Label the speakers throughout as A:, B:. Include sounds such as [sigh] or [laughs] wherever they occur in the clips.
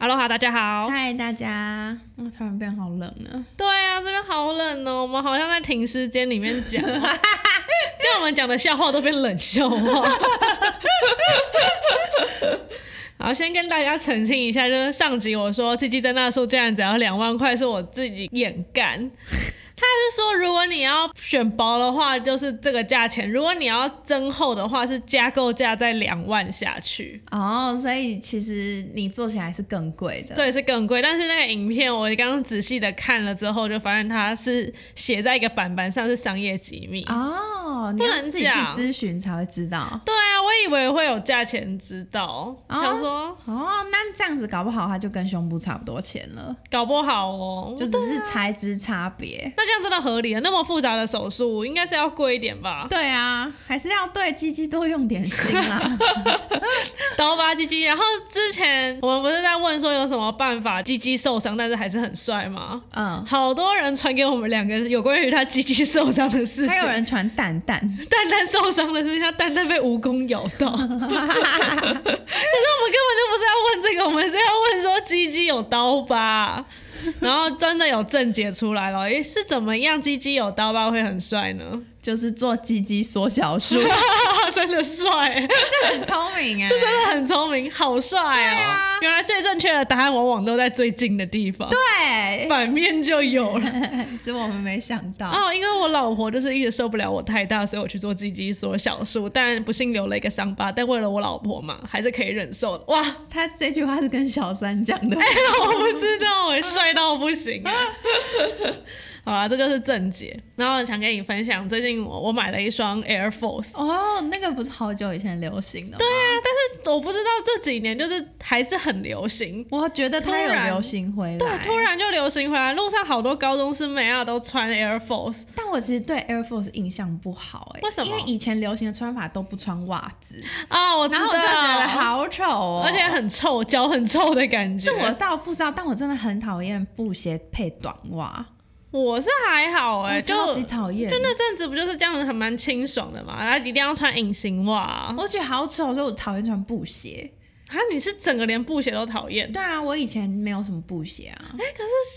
A: 喽哈，大家好。
B: 嗨，大家，我、突然变好冷了。
A: 对啊，这边好冷哦，我们好像在停尸间里面讲，就我们讲的笑话都变冷笑话。 [laughs] 好，先跟大家澄清一下，就是上集我说鸡鸡在那说竟然只要两万块，是我自己眼干。他是说，如果你要选薄的话，就是这个价钱；如果你要增厚的话，是加购价在两万下去。
B: 哦、所以其实你做起来是更贵的。，
A: 对，是更贵。但是那个影片我刚刚仔细的看了之后，就发现它是写在一个板板上是商业机密。
B: 哦，你
A: 不
B: 要
A: 能
B: 自己去
A: 讲
B: 咨询才会知道。
A: 对啊，我以为会有价钱知道，他、
B: 啊
A: 说
B: 哦，那这样子搞不好它就跟胸部差不多钱了，
A: 搞不好哦，
B: 就只是材质差别。
A: 那这样真的合理啊？那么复杂的手术应该是要贵一点吧？ [laughs]
B: 对啊，还是要对鸡鸡多用点心 [laughs] 啦。
A: 刀疤鸡鸡。然后之前我们不是在问说有什么办法鸡鸡受伤，但是还是很帅吗？
B: 嗯，
A: 好多人传给我们两个有关于他鸡鸡受伤的事情，
B: 还有人传蛋蛋， [laughs]
A: 蛋蛋受伤的是像蛋蛋被蜈蚣咬到，可是我们根本就不是要问这个，我们是要问说鸡鸡有刀疤，然后真的有正解出来了，诶是怎么样鸡鸡有刀疤会很帅呢？ [laughs]
B: 就是做鸡鸡缩小术，
A: 真的帅，
B: [laughs] 很聪明哎、
A: 这真的很聪明，好帅
B: 对
A: 哦！
B: 啊
A: 原来最正确的答案往往都在最近的地方，
B: [laughs] 对，
A: 反面就有了。
B: 这我们没想到。
A: 哦，因为我老婆就是一直受不了我太大，所以我去做鸡鸡缩小术，但不幸留了一个伤疤。但为了我老婆嘛，还是可以忍受的。哇， [laughs] 哎、
B: 他这句话是跟小三讲的。
A: 我不知道、
B: [laughs]
A: 哎，帅到不行、哎好啦，这就是正解。然后想跟你分享，最近我我买了一双 Air Force。
B: 哦，那个不是好久以前流行的吗？对啊，
A: 我不知道这几年就是还是很流行，
B: 我觉得它有
A: 突然
B: 流行回来。
A: 对，突，然就流行回来。路上好多高中生美啊都穿 Air Force，
B: 但我其实对 Air Force 印象不好哎、
A: 为什么
B: 因为以前流行的穿法都不穿袜子，
A: 啊、我知
B: 然
A: 道，
B: 后我就觉得，好丑哦、
A: 而且很臭，脚很臭的感觉。
B: 这我倒不知道，但我真的很讨厌布鞋配短袜，
A: 我是还好哎、
B: 我
A: 就
B: 哦超级讨厌。
A: 就那阵子不就是这样，还蛮清爽的嘛。然后啊一定要穿隐形袜啊！
B: 我觉得好丑，所以我讨厌穿布鞋。
A: 啊你是整个连布鞋都讨厌？
B: 对啊，我以前没有什么布鞋啊。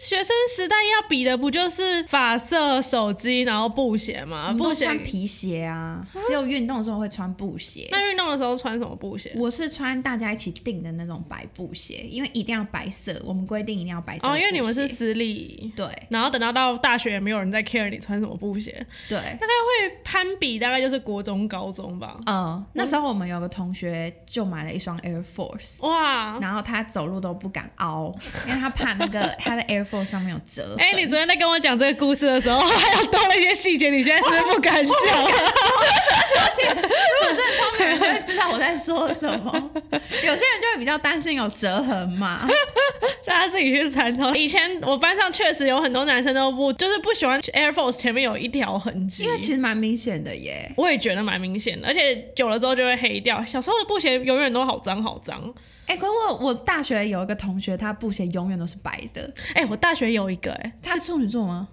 A: 学生时代要比的不就是发色、手机，然后布鞋吗？
B: 我们
A: 啊布
B: 嗯都
A: 鞋。
B: 穿皮鞋啊，只有运动的时候会穿布鞋。
A: 那运动的时候穿什么布鞋？
B: 我是穿大家一起订的那种白布鞋，因为一定要白色，我们规定一定要白色的布
A: 哦，
B: 鞋。
A: 因为你们是私立，
B: 对
A: 然后等到到大学也没有人在 care 你穿什么布鞋，
B: 对，
A: 大概会攀比，大概就是国中、高中吧。
B: 嗯，那时候我们有个同学就买了一双 Air Force，
A: 哇！
B: 然后他走路都不敢凹，因为他怕那 [laughs] 个他的 Air Force 上面有折
A: 哎、
B: 痕。
A: 你昨天在跟我讲这个故事的时候， [laughs] 还有多了一些细节，你现在是不是不敢讲？
B: 而且如果真的聪明人就会知道我在说什么， [laughs] 有些人就会比较担心有折痕嘛。
A: 大家自己去参透。以前我班上确实有很多男生都不，就是不喜欢 Air Force 前面有一条痕迹
B: [laughs] 因。为其实蛮明显的耶。
A: 我也觉得蛮明显的，而且久了之后就会黑掉。小时候的布鞋永远都好脏好脏。
B: 哎、可是我我大学有一个同学，他布鞋永远都是白的。
A: 哎、我大学有一个、哎，
B: 他是处女座吗？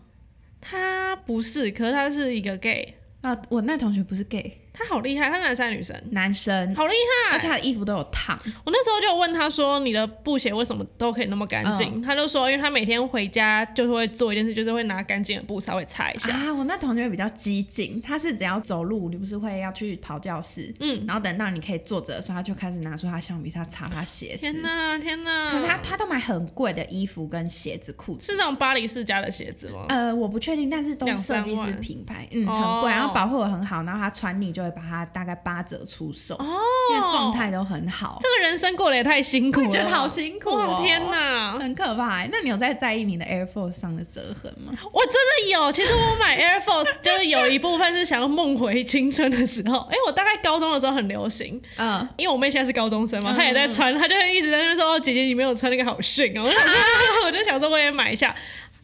A: 他不是，可是他是一个 gay，
B: 啊，我那同学不是 gay，
A: 他好厉害，他男生还是女生？
B: 男生，
A: 好厉害！
B: 嗯而且他的衣服都有烫。
A: 我那时候就问他说：“你的布鞋为什么都可以那么干净？”
B: 嗯
A: 他就说：“因为他每天回家就是会做一件事，就是会拿干净的布稍微擦一下。
B: 啊，我那同学比较激进，他是只要走路，你不是会要去跑教室，
A: 嗯，
B: 然后等到你可以坐着的时候，他就开始拿出他橡皮擦擦他鞋子。
A: 天哪，天哪！
B: 可是他他都买很贵的衣服跟鞋子、裤子。
A: 是那种巴黎世家的鞋子吗？
B: 呃，我不确定，但是都是设计
A: 两三
B: 师
A: 万
B: 品牌，嗯，
A: 哦
B: 很贵，然后保护得很好，然后他穿腻就会把它大概八折出售，
A: 哦，
B: 因为状态都很好，
A: 这个人生过得也太辛苦了
B: 我
A: 吧，
B: 觉得好辛苦
A: 哇
B: 哦，
A: 天，哪！
B: 很可怕欸。那你有在在意你的 Air Force 上的折痕吗？
A: 我真的有，其实我买 Air Force 就是有一部分是想要梦回青春的时候。哎、我大概高中的时候很流行，
B: 嗯，
A: 因为我妹现在是高中生嘛，
B: 嗯
A: 她也在穿，她就会一直在那边说：“哦姐姐，你没有穿那个好逊
B: [laughs]
A: 哦。”我就想说我就想说我也买一下。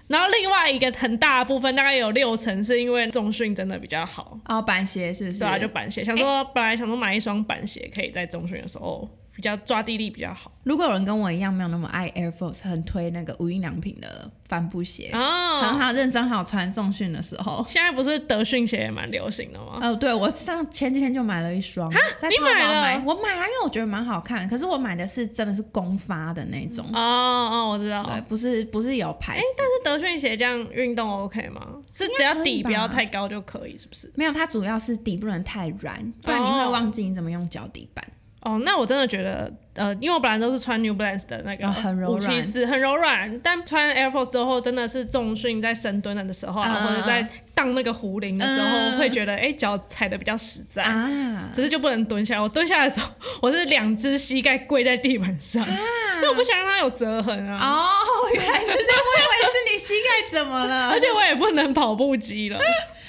A: 然后另外一个很大的部分，大概有六成是因为中训真的比较好，啊
B: 哦，板鞋是不是？
A: 对啊，就板鞋。想说本来想说买一双板鞋，可以在中训的时候比较抓地力比较好。
B: 如果有人跟我一样没有那么爱 Air Force，很推那个无印良品的帆布鞋，很
A: 哦，
B: 好认真好穿重训的时候。
A: 现在不是德训鞋也蛮流行的吗？
B: 哦，对，我上前几天就买了一双，在
A: 啊你
B: 淘宝
A: 买了
B: 买我买了，因为我觉得蛮好看。可是我买的是真的是公发的那种，
A: 哦哦，我知道。
B: 嗯对，不是不是有牌子，
A: 哎但是德训鞋这样运动 OK 吗？是只要底不要太高就可以，是不是？
B: 没有，它主要是底不能太软，不然你会
A: 哦
B: 忘记你怎么用脚底板。
A: 哦，那我真的觉得，呃，因为我本来都是穿 New Balance 的那个
B: 哦很柔
A: 五
B: 软
A: 七四，很柔软，但穿 Air Force 之后，真的是重训在深蹲的时候啊，
B: 嗯
A: 或者在荡那个壶铃的时候，
B: 嗯
A: 会觉得哎脚踩的比较实在。
B: 啊，
A: 只是就不能蹲下来。我蹲下来的时候，我是两只膝盖跪在地板上，
B: 啊
A: 因为我不想让它有折痕啊。
B: 哦，原来是这样，我以为是你膝盖怎么了？
A: 而且我也不能跑步机了，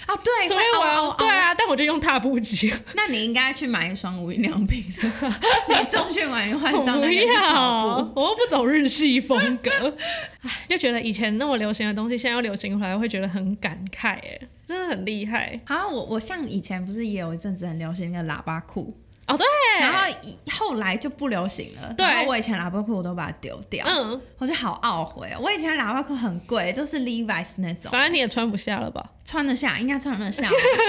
B: 啊，对，
A: 所以我要
B: 哦
A: 对，啊，但我就用踏步机。
B: 哦那你应该去买一双无印良品的，你中训完换
A: 我
B: 上
A: 不
B: 那个去跑
A: 要
B: 步。，
A: 我又不走日系风格， [laughs] 唉，就觉得以前那么流行的东西，现在又流行回来，会觉得很感慨，哎，真的很厉害
B: 好，我我像以前不是也有一阵子很流行那个喇叭裤，
A: 哦。对，
B: 然后以后来就不流行了。
A: 对
B: 然后我以前喇叭裤我都把它丢掉，
A: 嗯，
B: 我就好懊悔哦。我以前的喇叭裤很贵，都是 Levi's 那种，
A: 反正你也穿不下了吧？
B: 穿得下，应该穿得下，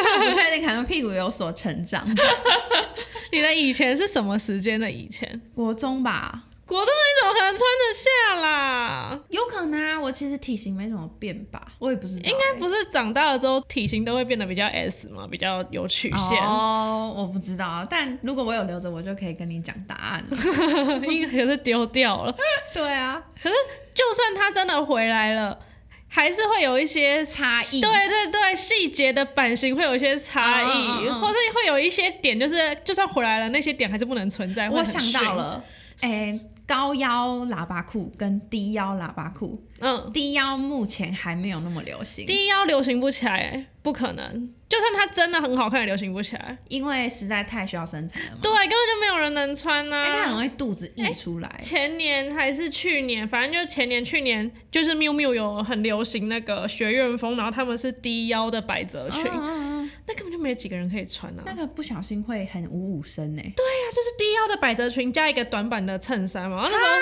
B: 但我不确定，可能屁股有所成长。 [laughs]
A: 你的以前是什么时间的以前？
B: 国中吧，
A: 国中你怎么可能穿得下啦？
B: 有可能啊，我其实体型没怎么变吧，我也不知道欸、
A: 应该不是长大了之后体型都会变得比较 S 嘛，比较有曲线，
B: 哦，我不知道，但如果我有留着，我就可以跟你讲答
A: [laughs]
B: 案了。
A: [laughs] 应该可是丢掉了。
B: 对啊，
A: 可是就算它真的回来了，还是会有一些
B: 差异
A: 对对对，细节的版型会有一些差异，
B: 嗯嗯嗯嗯
A: 或是会有一些点，就是就算回来了，那些点还是不能存在。会
B: 我
A: 很
B: 想
A: 逊
B: 到，了，哎、高腰喇叭裤跟低腰喇叭裤，
A: 嗯，
B: 低腰目前还没有那么流行，
A: 低腰流行不起来，不可能。就算它真的很好看，也流行不起来。
B: 因为实在太需要身材了嘛。
A: 对，啊根本就没有人能穿呐、啊
B: 哎、它很容易肚子溢出来。
A: 前年还是去年，反正就前年、去年，就是 miu miu 有很流行那个学院风，然后他们是低腰的百褶裙，
B: 嗯嗯嗯
A: 那根本就没有几个人可以穿啊。
B: 那个不小心会很五五身呢、
A: 它就是低腰的百褶裙加一个短版的衬衫嘛，然后那时
B: 啊
A: 候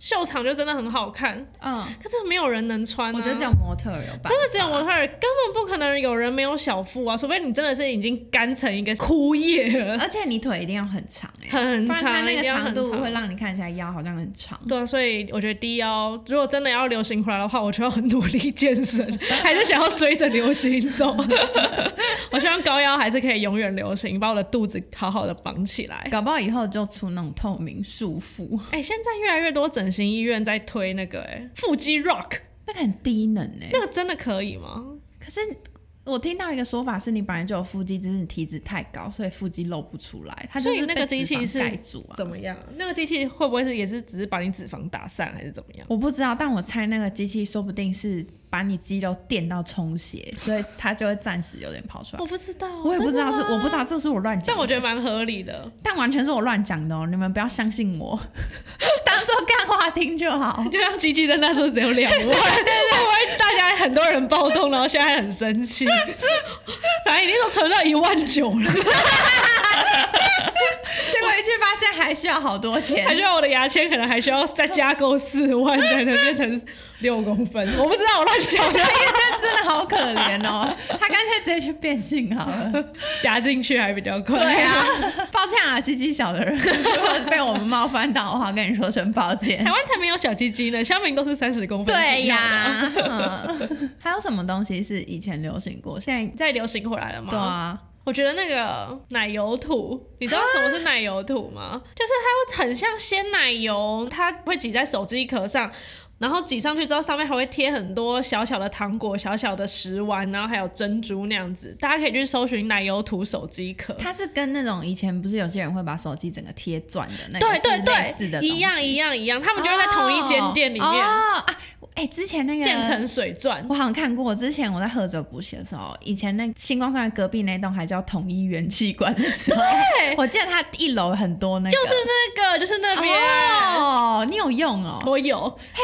A: 秀场就真的很好看，
B: 嗯，
A: 可是没有人能穿、啊。
B: 我觉得只有模特儿有吧。
A: 真的只有模特儿，根本不可能有人没有小腹啊，除非你真的是已经干成一个枯叶了，
B: 而且你腿一定要很长哎、
A: 很
B: 不然它
A: 长，
B: 那
A: 一
B: 个
A: 定要
B: 长
A: 很
B: 度
A: 长
B: 会让你看起来腰好像很长。
A: 对啊，所以我觉得低腰如果真的要流行回来的话，我就要很努力健身，
B: [laughs]
A: 还是想要追着流行走。 [laughs] 我希望高腰还是可以永远流行，把我的肚子好好的绑起来。
B: 搞不好以后就出那种透明束缚，
A: 哎、现在越来越多整形医院在推那个、哎，腹肌 rock，
B: 那个很低能哎、
A: 那个真的可以吗？
B: 可是我听到一个说法是，你本来就有腹肌，只是你体脂太高，所以腹肌露不出来。它就
A: 所
B: 是
A: 以那个
B: 被脂
A: 机器
B: 肪
A: 是
B: 盖住啊。
A: 怎么样？那个机器会不会是也是只是把你脂肪打散，还是怎么样？
B: 我不知道，但我猜那个机器说不定是把你肌肉电到充血，所以它就会暂时有点跑出来。
A: 我不知道，
B: 啊我也不知道
A: 哦真
B: 是，
A: 的吗
B: 我不知道，这是我乱讲的。
A: 但我觉得蛮合理的。
B: 但完全是我乱讲的哦，你们不要相
A: [laughs]
B: 信我，当做干话听就好。
A: 就像吉吉的那时候只有两
B: [laughs]
A: 万，会不会大家很多人暴动，然后现在很生
B: [laughs]
A: 气？反正已经都存到一万九了，
B: 结果一去发现还需要好多钱
A: 还需要我的牙签可能还需要再加购四万才能变成六公分，我不知道我乱讲
B: [laughs]
A: 的，
B: 但真的好可怜哦，他干脆直接去变性好了。
A: [laughs] 夹进去还比较 [laughs] 快。
B: 对啊， [laughs] 抱歉啊，鸡鸡小的人， [laughs] 如果被我们冒犯到的话，跟你说声抱
A: [laughs]
B: 歉 [laughs]
A: 台。湾才没有小鸡鸡呢，香民都是三十公分
B: 欸对
A: 起跳的啊。
B: 呀、嗯还有什么东西是以前流行过，现在
A: 再流行回来了吗？
B: 对，啊，
A: 我觉得那个奶油土，你知道什么是奶油土
B: [gasps]
A: 吗？就是它会很像鲜奶油，它会挤在手机壳上，然后挤上去之后，上面还会贴很多小小的糖果、小小的食玩，然后还有珍珠那样子。大家可以去搜寻奶油土手机壳。
B: 它是跟那种以前不是有些人会把手机整个贴钻的那个
A: 对对
B: 是类似的
A: 对，
B: 东西
A: 一样一样一样，他们就会在同一间店里面
B: 哦哦啊，哎、之前那个
A: 建成水钻。
B: 我好像看过，之前我在喝着补习的时候，以前那星光山的隔壁那栋还叫统一元气馆的时候，
A: 对
B: 我记得它一楼很多那个，
A: 就是那个，就是那边。
B: 哦，你有用哦，
A: 我有，嘿，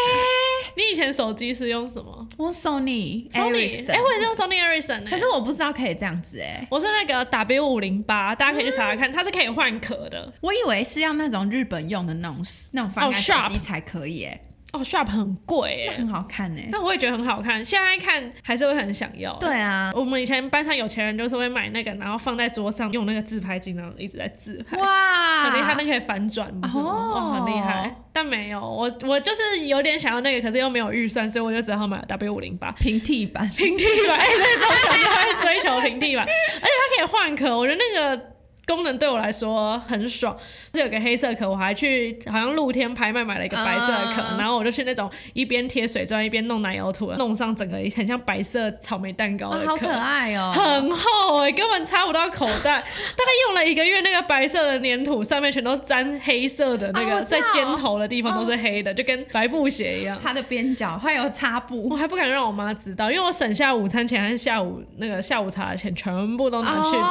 A: 你以前手机是用什么
B: 我 Sony
A: ？Sony，
B: Ericsson，
A: 哎、我也是用 Sony Ericsson 哎、
B: 可是我不知道可以这样子哎、
A: 我是那个 W 五零八，大家可以去查查看，它是可以换壳的。
B: 我以为是要那种日本用的那种那种翻
A: 哦
B: 盖手
A: ，Sharp
B: 机才可以哎、
A: 哦，Sharp 很贵哎、
B: 很好看哎、
A: 但我也觉得很好看，现在看还是会很想要。
B: 对，啊，
A: 我们以前班上有钱人就是会买那个，然后放在桌上用那个自拍镜，然后一直在自拍。
B: 哇，
A: 很厉害，那哎可以反转，不是吗？
B: 啊哦
A: 哦，很厉害。但没有，我我就是有点想要那个，可是又没有预算，所以我就只好买 W 五零八
B: 平替版，
A: 平替版。哎、对，从小就会追求平替版，而且它可以换壳，我觉得那个功能对我来说很爽。是有个黑色壳，我还去好像露天拍卖买了一个白色的壳，
B: 啊
A: 然后我就去那种一边贴水钻一边弄奶油图，弄上整个很像白色草莓蛋糕
B: 啊
A: 的
B: 好
A: 壳。
B: 可爱哦、
A: 很厚哎、根本插不到口袋。
B: [laughs]
A: 大概用了一个月，那个白色的粘土上面全都沾黑色的那
B: 啊
A: 个，
B: 我知
A: 在
B: 道
A: 尖头的地方都是黑的，就跟白布鞋一样。
B: 它的边角还有擦布
A: 我，还不敢让我妈知道，因为我省下午餐钱和下午那个下午茶的钱，全部都拿去做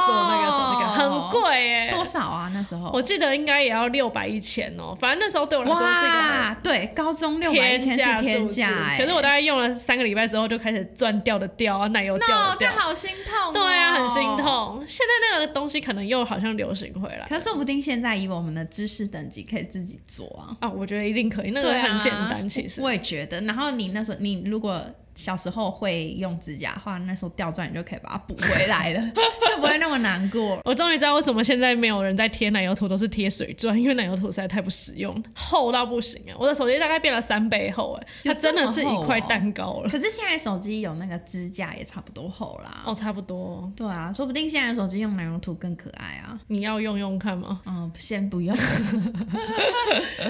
A: 那个手机壳，
B: 哦
A: 很贵哎、
B: 多少啊？那时候
A: 我记得应该也要六百一千哦，反正那时候对我来说是一个很
B: 哇，对，高中六百一
A: 天
B: 千
A: 价
B: 是
A: 数
B: 天
A: 字
B: 价哎、。
A: 可是我大概用了三个礼拜之后，就开始钻掉的掉啊，奶油掉
B: no，
A: 的
B: 这
A: 掉
B: 样。好心痛、哦
A: 对啊，很心。痛。现在那个东西可能又好像流行回来
B: 可说不定现在以我们的知识等级，可以自己做啊。
A: 啊，我觉得一定可以，那个
B: 对啊，
A: 很简单，其实。
B: 我也觉得。然后你那时候，你如果小时候会用指甲的话，那时候掉钻你就可以把它补回来 [laughs] 了，就不会那么难过。
A: 我终于知道为什么现在没有人在贴奶油涂，都是贴水钻，因为奶油涂实在太不实用了，厚到不行啊！我的手机大概变了三倍厚、哎，它
B: 有这
A: 真
B: 么
A: 的是一
B: 厚
A: 块
B: 哦
A: 蛋糕了。
B: 可是现在手机有那个支架，也差不多厚啦。
A: 哦，差不多，
B: 对啊，说不定现在的手机用奶油涂更可爱啊。
A: 你要用用看吗？
B: 嗯，先不 [laughs] 用。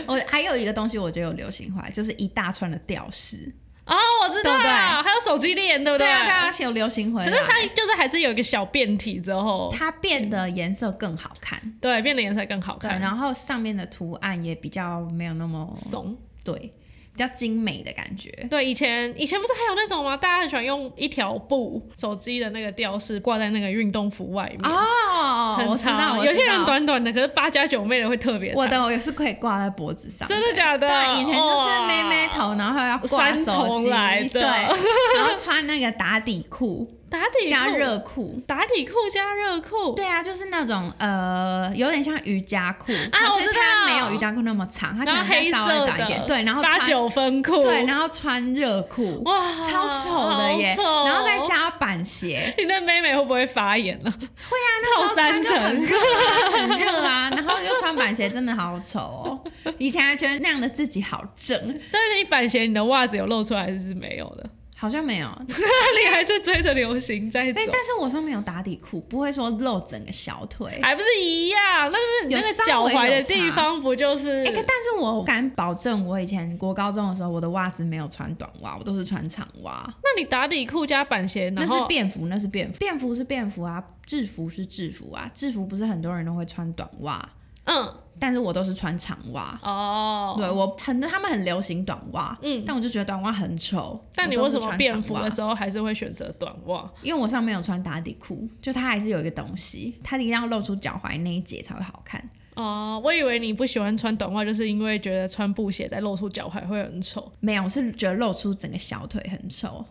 B: 我还有一个东西，我觉得有流行回来，就是一大串的吊饰。
A: 哦，我知道，
B: 对不对
A: 还有手机链，对不
B: 对啊，对啊，是有流行回
A: 可
B: 来。
A: 是它就是还是有一个小变体之后，
B: 它变得颜色更好看，
A: 对，变得颜色更好
B: 对，
A: 看，
B: 然后上面的图案也比较没有那么
A: 怂。
B: 对，比较精美的感觉。
A: 对，以前以前不是还有那种吗？大家很喜欢用一条布手机的那个吊饰挂在那个运动服外面。
B: 哦
A: 很
B: 我知道，
A: 长
B: 我知道
A: 有些人，短短的，可是八加九妹的会特别长。
B: 我的我也是可以挂在脖子上，
A: 真的假的？哦
B: 对，以前就是
A: 哇
B: 妹妹头，然后要挂
A: 三
B: 手
A: 重
B: 机，
A: 来的
B: [laughs] 对，然后穿那个打底裤
A: 打底裤
B: 加热裤。
A: 打底裤加热裤，
B: 对啊，就是那种呃，有点像瑜伽裤，
A: 我
B: 可是
A: 知
B: 它
A: 道
B: 没有瑜伽裤那么长，它可
A: 然后
B: 能再
A: 黑
B: 稍
A: 色
B: 微短一
A: 的
B: 点，，对，然后
A: 八
B: 穿
A: 九分裤，
B: 对，然后穿热裤，
A: 哇，
B: 超丑哦的耶，
A: 好丑
B: 然后再加板鞋，
A: 你那妹妹会不会发炎了？
B: 那
A: 套三层
B: 时候穿就很热啊，很
A: [laughs]
B: 热啊，然后又穿板鞋，真的好丑哦。以前还觉得那样的自己好正，
A: [laughs] 但是你板鞋，你的袜子有露出来还是没有
B: [laughs]
A: 的？
B: 好像没有，
A: 那你还是追着流行在走
B: 但，但是我上面有打底裤，不会说露整个小腿。
A: 还不是一样？那是你那
B: 有
A: 个
B: 稍
A: 脚
B: 微
A: 踝
B: 有
A: 的地
B: 差
A: 方不就是？
B: 哎、可但是我敢保证，我以前国高中的时候，我的袜子没有穿短袜，我都是穿长袜。
A: 那你打底裤加板鞋，
B: 那
A: 然
B: 是
A: 后
B: 便服，那是便服，便服是便服啊，制服是制服啊，制服不是很多人都会穿短袜，
A: 嗯
B: 但是我都是穿长袜。
A: 哦，
B: 对我很他们很流行短袜，
A: 嗯
B: 但我就觉得短袜很丑。
A: 但你
B: 我
A: 为
B: 都
A: 什
B: 是
A: 么
B: 穿
A: 便
B: 长
A: 服
B: 袜
A: 的时候还是会选择短袜？
B: 因为我上面有穿打底裤，就它还是有一个东西，它一定要露出脚踝那一节才会好看。
A: 哦，我以为你不喜欢穿短袜，就是因为觉得穿布鞋再露出脚踝会很丑。
B: 没有，我是觉得露出整个小腿很丑，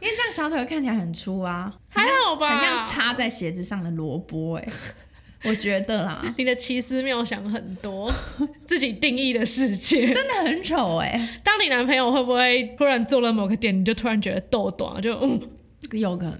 B: 因为这样小腿会看起来很粗
A: [laughs]
B: 啊，
A: 还好吧，
B: 很像插在鞋子上的萝卜哎、我觉得啦，
A: 你的奇思妙想很多， [laughs] 自己定义的世界。
B: 真的很丑哎、
A: [laughs] 当你男朋友会不会突然做了某个点，你就突然觉得豆短，就嗯， [laughs]
B: 有可能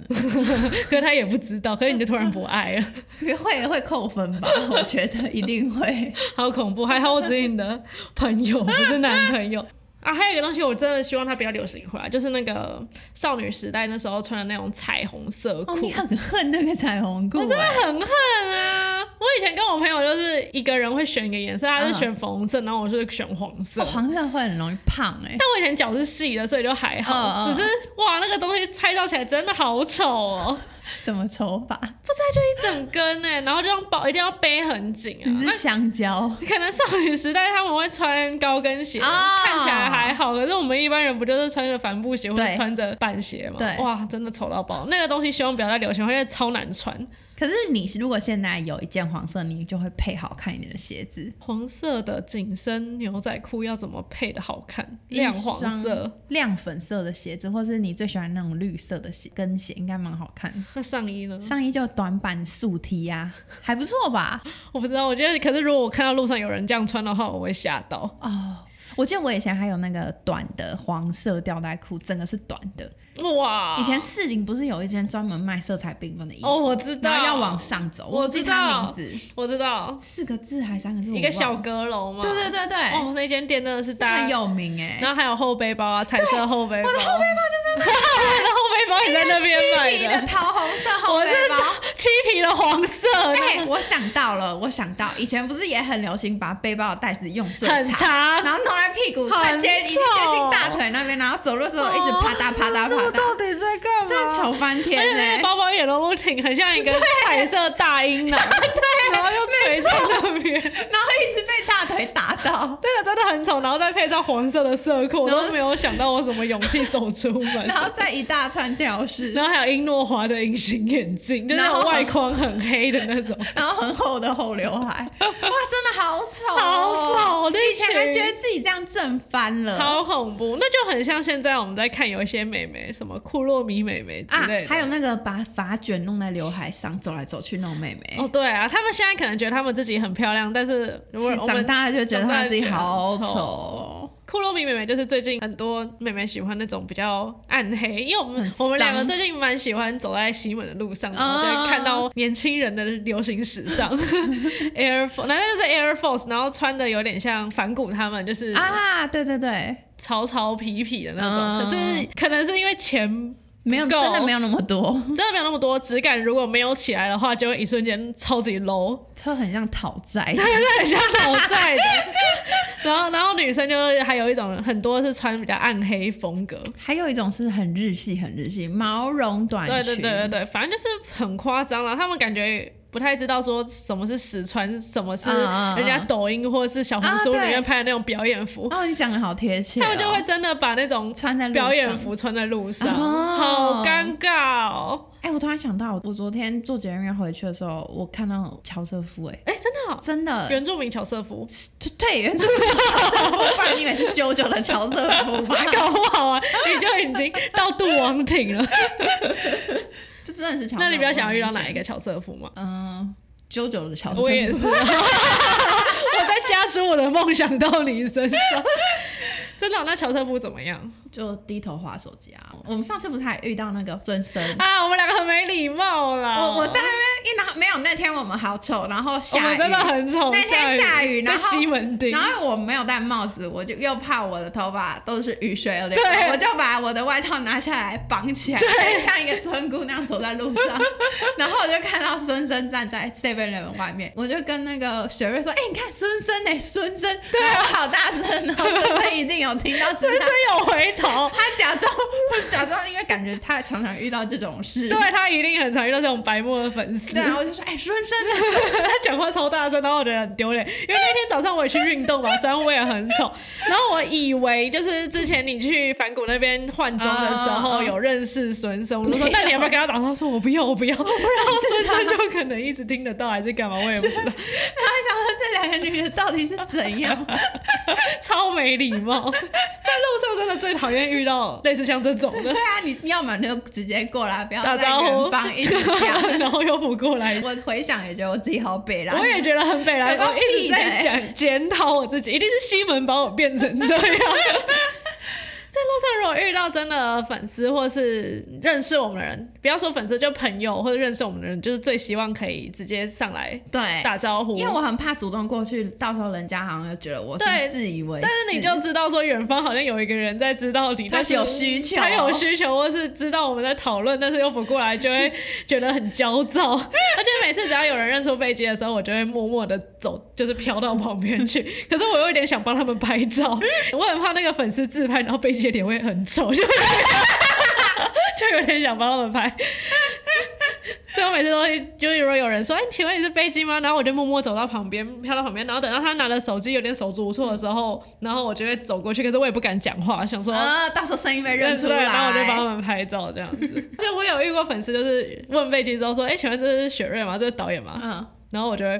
A: 可他也不知道，可是你就突然不爱了， [laughs]
B: 会会扣分吧，我觉得一定
A: [laughs]
B: 会。
A: 好恐怖！还好我只是你的朋友，不是男朋友。啊，还有一个东西，我真的希望它不要流行回来，就是那个少女时代那时候穿的那种彩虹色裤。
B: 哦，你很恨那个彩虹裤、欸，
A: 很恨啊！我以前跟我朋友就是一个人会选一个颜色，他是
B: 嗯
A: 选粉红色，然后我是选黄色。
B: 哦黄色会很容易胖哎、
A: 但我以前脚是细的，所以就还好。
B: 嗯嗯
A: 只是哇，那个东西拍照起来真的好丑
B: [laughs]
A: 哦、
B: 怎么抽法？
A: 不是，它就一整根哎、然后这样包一定要背很紧啊
B: 你。是香蕉？
A: 那可能少女时代他们会穿高跟鞋
B: 啊
A: 看起来还好。可是我们一般人不就是穿着帆布鞋或者
B: 对
A: 穿着板鞋吗？
B: 对
A: 哇，真的丑到爆！那个东西希望不要再流行，因为超难穿。
B: 可是你如果现在有一件黄色，你就会配好看一点的鞋子，
A: 黄色的紧身牛仔裤要怎么配的好看？
B: 一
A: 亮黄
B: 双
A: 色，、
B: 亮粉色的鞋子，或是你最喜欢那种绿色的鞋跟鞋，应该蛮好看。
A: 那上衣呢？
B: 上衣就短版素 T 呀、还不错吧？
A: 我不知道，我觉得，可是如果我看到路上有人这样穿的话，我会吓到。
B: 哦，我记得我以前还有那个短的黄色吊带裤，整个是短的。
A: 哇，
B: 以前士林不是有一间专门卖色彩缤纷的衣服，
A: 哦，我知
B: 然
A: 道，
B: 后要往，上走，
A: 我
B: 我不记
A: 知
B: 得它
A: 道
B: 名字，
A: 我知道，
B: 四个字还是三个字，我
A: 一个
B: 忘了
A: 小阁楼嘛。
B: 对对对对，
A: 哦，那间店真的是
B: 那
A: 大家，
B: 很有名哎、
A: 然后还有厚背包啊，彩色厚背包，我的
B: 后背包
A: 包也 [laughs] 在那边
B: 漆皮
A: 买
B: 的
A: 的，
B: 桃红色后
A: 我
B: 背
A: 是
B: 包。
A: 漆皮的黄色，
B: 哎、我想到了，我想到以前不是也很流行把背包的带子用最
A: 很
B: 长，
A: 长，
B: 然后弄在屁股，
A: 很
B: 快接近接近
A: 臭
B: 大腿那边，然后走路的时候一直啪嗒啪嗒啪
A: 哦那
B: 嗒，
A: 到底在干嘛？
B: 真的丑翻
A: 而且
B: 天欸
A: 那
B: 嘞、
A: 个包包一点都不挺，很像一个彩色大阴囊，然后又垂在那边，
B: 然后一直被大腿打到，
A: 那个真的很丑，然后再配上黄色的色裤，我都没有想到我什么勇气走出门
B: 然。后再一大串吊饰，
A: 然后还有英诺华的隐形眼镜，就是
B: 然
A: 那
B: 后
A: 种外框很黑的那种，
B: 然后很厚的后刘海，哇，真的好丑、哦，
A: 好丑，那
B: 以前还
A: 群
B: 觉得自己这样正翻了。
A: 好恐怖，那就很像现在我们在看有一些美眉，什么库洛米美眉之
B: 啊
A: 类的，，
B: 还有那个把发卷弄在刘海上走来走去那种妹妹，
A: 哦，对啊，他们现在可能觉得他们自己很漂亮，但是如果
B: 是
A: 我
B: 长
A: 们
B: 大就觉得她自己好
A: 长大就觉得很
B: 丑。
A: 库洛米妹妹就是最近很多妹妹喜欢那种比较暗黑，因为我
B: 很
A: 们
B: 丧
A: 我们两个最近蛮喜欢走在西门的路上，然后就会看到年轻人的流行时
B: [laughs]
A: 尚，Air Force，反正就是 Air Force，然后穿的有点像反骨他们，就是
B: 啊，对对对，
A: 潮潮痞痞的那种。
B: 嗯
A: 可是可能是因为钱
B: 没有，
A: 不够
B: 真的没有那么多，
A: 真的没有那么多，质感如果没有起来的话，就会一瞬间超级 low。
B: 她很像讨债。
A: 对，很像讨债
B: [laughs]
A: 的。然后，然后女生就是还有一种很多是穿比较暗黑风格，
B: 还有一种是很日系，很日系，毛绒短裙。
A: 对对对对对，反正就是很夸张啦。他们感觉不太知道说什么是实穿，什么是
B: 嗯嗯嗯
A: 人家抖音或者是小红书
B: 啊
A: 里
B: 对
A: 面拍的那种表演服，
B: 哦，你讲的好贴切哦、
A: 他们就会真的把那种
B: 穿在路上
A: 表演。服穿在路上，
B: 哦
A: 好尴尬哦！
B: 哎、我突然想到，我昨天坐捷运要回去的时候，我看到乔瑟夫、哎，
A: 哎，真的哦、
B: 真的，
A: 原住民乔瑟夫，
B: 对对，原住民乔瑟夫，不然你以为是九九的乔瑟夫吧？
A: 搞不好啊，你就已经到杜王庭
B: [laughs] 哦
A: 了。
B: 这真的是乔瑟夫。
A: 那你比较想要遇到哪一个？乔瑟夫吗？
B: 嗯，九九的乔瑟夫。
A: 我也
B: [laughs]
A: 是，我在加诸我的梦想到你身上。真的哦、那乔瑟夫怎么样
B: 就低头划手机啊。我们上次不是还遇到那个真生？
A: 啊？我们两个很没礼貌啦。
B: 我我在那边一拿没有，那天我们好丑，然后
A: 我
B: 下
A: 们
B: 雨，
A: 真的很丑。
B: 那天下雨
A: 在
B: 然后
A: 西门町
B: 然，后我没有戴帽子，我就又怕我的头发都是雨水有点
A: 对
B: 多，我就把我的外套拿下来绑起来，像一个村姑那样走在路
A: [laughs]
B: 上。然后我就看到孙生站在 Seven Eleven 外面，我就跟那个雪瑞说：“哎、你看孙生哎、孙生，对啊，好大声哦，孙生一定有听到
A: 真
B: 孙
A: 是
B: 生。”
A: 有回头。
B: 他假装，我假装，因为感觉他常常遇到这种事。
A: 对他一定很常遇到这种白目的粉丝
B: 对，，然后我就说，哎、孙生，
A: [laughs] 他讲话超大声，然后我觉得很丢脸，因为那天早上我也去运动
B: [laughs]
A: 嘛，虽然我也很丑，然后我以为就是之前你去反骨那边换装的时
B: 啊啊
A: 候
B: 啊
A: 有认识孙生，我就说
B: [laughs] 没有
A: 那你要不要跟他打招呼？他说我不要，我不
B: [laughs]
A: 要，然后孙生就可能一直听得到还是干嘛，我也不知道，
B: 他还想说这两个女的到底是怎样？
A: 超没礼貌， [laughs] 在路上真的最讨厌遇到类似像这种的 [laughs]
B: 对。啊，你要么你就直接过来，不要
A: 打
B: 在
A: 招呼
B: 远方一直讲。
A: 然后又不过来，
B: 我回想也觉得我自己好北啦。
A: 我也觉得很北来，
B: 有个
A: 我一
B: 屁
A: 直
B: 的
A: 在
B: 欸
A: 讲检讨我自己，一定是西门把我变成这样。 [laughs] 在路上如果遇到真的粉丝或是认识我们的人，不要说粉丝，就朋友或者认识我们的人，就是最希望可以直接上来
B: 对，
A: 打招呼。啊
B: 因为我很怕主动过去，到时候人家好像又觉得我
A: 对
B: 是自以为
A: 但是你就知道说远方好像有一个人在知道你，
B: 他
A: 但是
B: 有需求
A: 他有需求，或是知道我们在讨论，但是又不过来，就
B: [laughs]
A: 会觉得很焦躁。而且每次只要有人认出飞机的时候，我就会默默的走，就是飘到旁边去。可是我有一点想帮他们拍照，我很怕那个粉丝自拍，然后飞机的脸会 [laughs] 很丑，就就有点想帮他们拍。所所以我每次都会，就是如果有人说，哎、请问你是飞机吗？然后我就默默走到旁边，飘到旁边，然后等到他拿了手机有点手足无措的时候，然后我就会走过去，可是我也不敢讲话，想说。
B: 呃，到时候声音被认出
A: 对
B: 来，
A: 然后我就帮他们拍照这样子。
B: [laughs]
A: 就我有遇过粉丝，就是问飞机之后说：“哎、请问这是雪瑞吗？这是导演吗
B: 嗯。？”
A: 然后我就会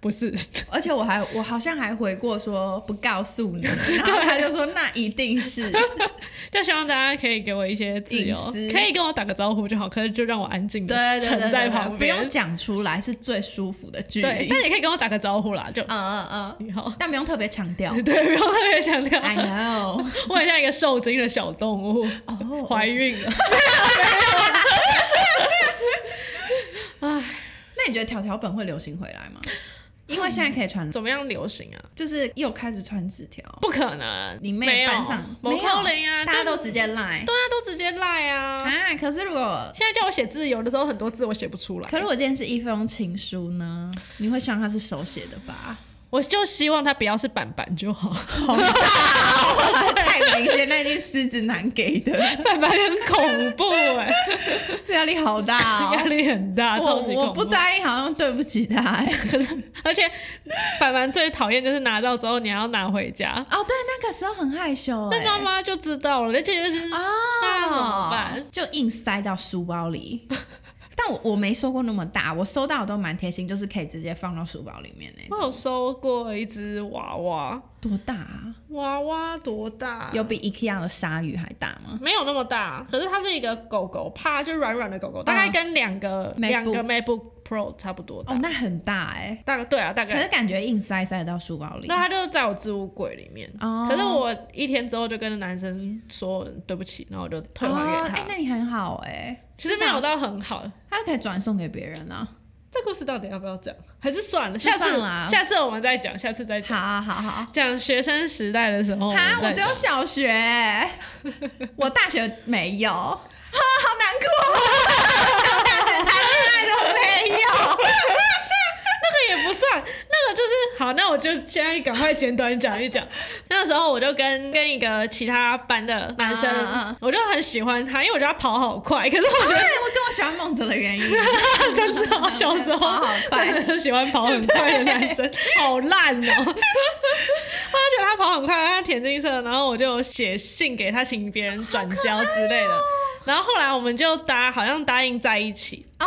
A: 不是，
B: 而且我还我好像还回过说不告诉你，然后他就说那一定是，
A: 就希望大家可以给我一些自由
B: 隐私，
A: 可以跟我打个招呼就好，可是就让我安静
B: 对
A: 的
B: 对对
A: 沉
B: 对
A: 在
B: 对
A: 旁
B: 对，不
A: 边，
B: 用讲出来是最舒服的距
A: 对
B: 离，。
A: 但也可以跟我打个招呼啦，就
B: 嗯嗯嗯，
A: 你好，。
B: 但不用特别强调
A: [laughs] 对，不用特别强调。
B: I know，
A: 我很像一个受精的小动物，
B: 哦
A: 怀孕
B: [laughs]
A: 了。
B: 那你觉得条条本会流行回来吗？因为现在可以传，
A: 怎么样流行啊？
B: 就是又开始传纸条，
A: 不可能，
B: 你妹
A: 没有
B: 班上
A: 没
B: 没有
A: 有零啊，
B: 大家
A: 就
B: 都直接赖
A: 对啊，都直接赖啊。
B: 啊。可是如果，
A: 现在叫我写字，有的时候很多字我写不出来
B: 可，是我今天是一封情书呢，你会希望它是手写的
A: [laughs]
B: 吧？
A: 我就希望它不要是板板就好。 [laughs]
B: 太明显，那一定狮子男给的，
A: 板板很恐怖哎、
B: 压力好大
A: [laughs] 压
B: 哦。
A: 力很大，超
B: [laughs] 我
A: 级恐怖。
B: 我不答应，好像对不起他哎。
A: [laughs] 可是，而且板板最讨厌就是拿到之后你还要拿回家，
B: 哦，对，那个时候很害羞哎。
A: 那妈妈就知道了，而且就是
B: 啊，
A: 那怎么办？
B: 就硬塞到书包 [laughs] 里。但我我没收过那么大，我收到的都蛮贴心，就是可以直接放到书包里面欸那
A: 我
B: 种。
A: 有收过一只娃娃，
B: 多大啊？
A: 娃娃多大
B: 有比 IKEA 的鲨鱼还大吗？
A: 没有那么大，可是它是一个狗狗趴，就是软软的狗狗，大概跟两个
B: 啊 MacBook
A: 两个 MacBook Pro 差不多大。
B: 哦，那很大哎、
A: 大概对啊，大
B: 可
A: 概。
B: 是感觉硬塞塞得到书包里
A: 那。它就在我置物柜里面。
B: 哦
A: 可是我一天之后就跟男生说对不起，然后我就退还
B: 哦
A: 给他。
B: 哎那你很好哎、
A: 其实没有到很好。
B: 它可以转送给别人啊。
A: 这故事到底要不要讲？还是算了，
B: 就
A: 下次
B: 算了啊
A: 下次我们再讲，下次再
B: 好
A: 讲。
B: 啊好好。
A: 讲学生时代的时候，
B: 哈，哦我
A: 们
B: 只
A: 再
B: 有
A: 讲
B: 小学、 [laughs] 我大学没有，啊，好难过、我大学谈恋爱都没有。
A: 那个也不算，那个就是好，那我就现在赶快简短讲一讲。 [laughs] 那时候我就跟跟一个其他班的男生，
B: 嗯嗯嗯
A: 我就很喜欢他，因为我觉得他跑好快，可是我觉
B: [laughs] 对，
A: 得
B: 我跟我喜欢孟子的原因，
A: 他 [laughs] 真的我小时
B: 跑
A: 候
B: 好快
A: 真的喜欢跑很快的男
B: [laughs]
A: 生，好烂哦、 [laughs] 我就觉得他跑很快，他田径社，然后我就写信给他，请别人转交之类
B: 哦
A: 的。然后后来我们就答，好像答应在一起。
B: 哦，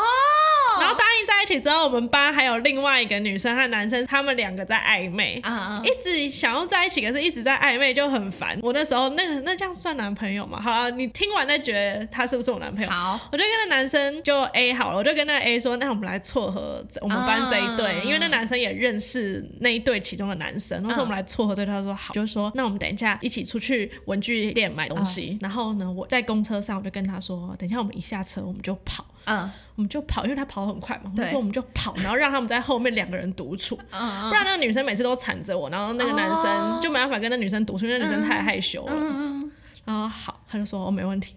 A: 然后答应在一起之后，我们班还有另外一个女生和男生，他们两个在暧昧，
B: 啊
A: 一直想要在一起，可是一直在暧昧就很烦。我那时候那个那这样算男朋友吗？好了，你听完再觉得他是不是我男朋友？
B: 好，
A: 我就跟那男生就 A 好了，我就跟那 A 说，那我们来撮合我们班这一对，
B: 嗯
A: 因为那男生也认识那一对其中的男
B: 啊
A: 生，然后说我们来撮合这对，他说好，就说那我们等一下一起出去文具店买东
B: 啊
A: 西，然后呢我在公车上我就跟他说，等一下我们一下车我们就跑。
B: 嗯
A: 我们就跑，因为他跑很快嘛，我
B: 对
A: 们说我们就
B: [laughs]
A: 跑，然后让他们在后面两个人独处。
B: 嗯
A: 不然那个女生每次都缠着我，然后那个男生
B: 哦
A: 就没办法跟那女生独处，因为那女生太害羞了。
B: 嗯
A: 然后好，他就说哦没问题，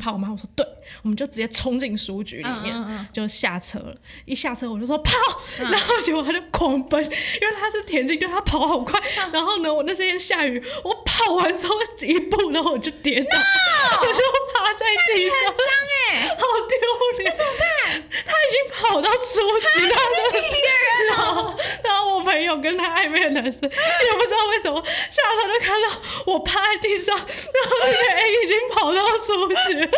A: 怕我妈，我说对，我们就直接冲进书局里面，
B: 嗯嗯嗯嗯
A: 就下车了。一下车我就说跑， [laughs] 然后结果他就狂奔，因为他是田径队，他跑好快。
B: 嗯
A: 然后呢，我那天下雨，我跑完之后一步，然后我就跌倒 [laughs] 我就趴在地上，
B: 哎
A: 好丢脸！怎么办？他已经跑到出局，他自己一个人然后，然后我朋友跟他暧昧的男生也不知道为什么，下车就看到我趴在地上，然后那个 A 已经跑到出局。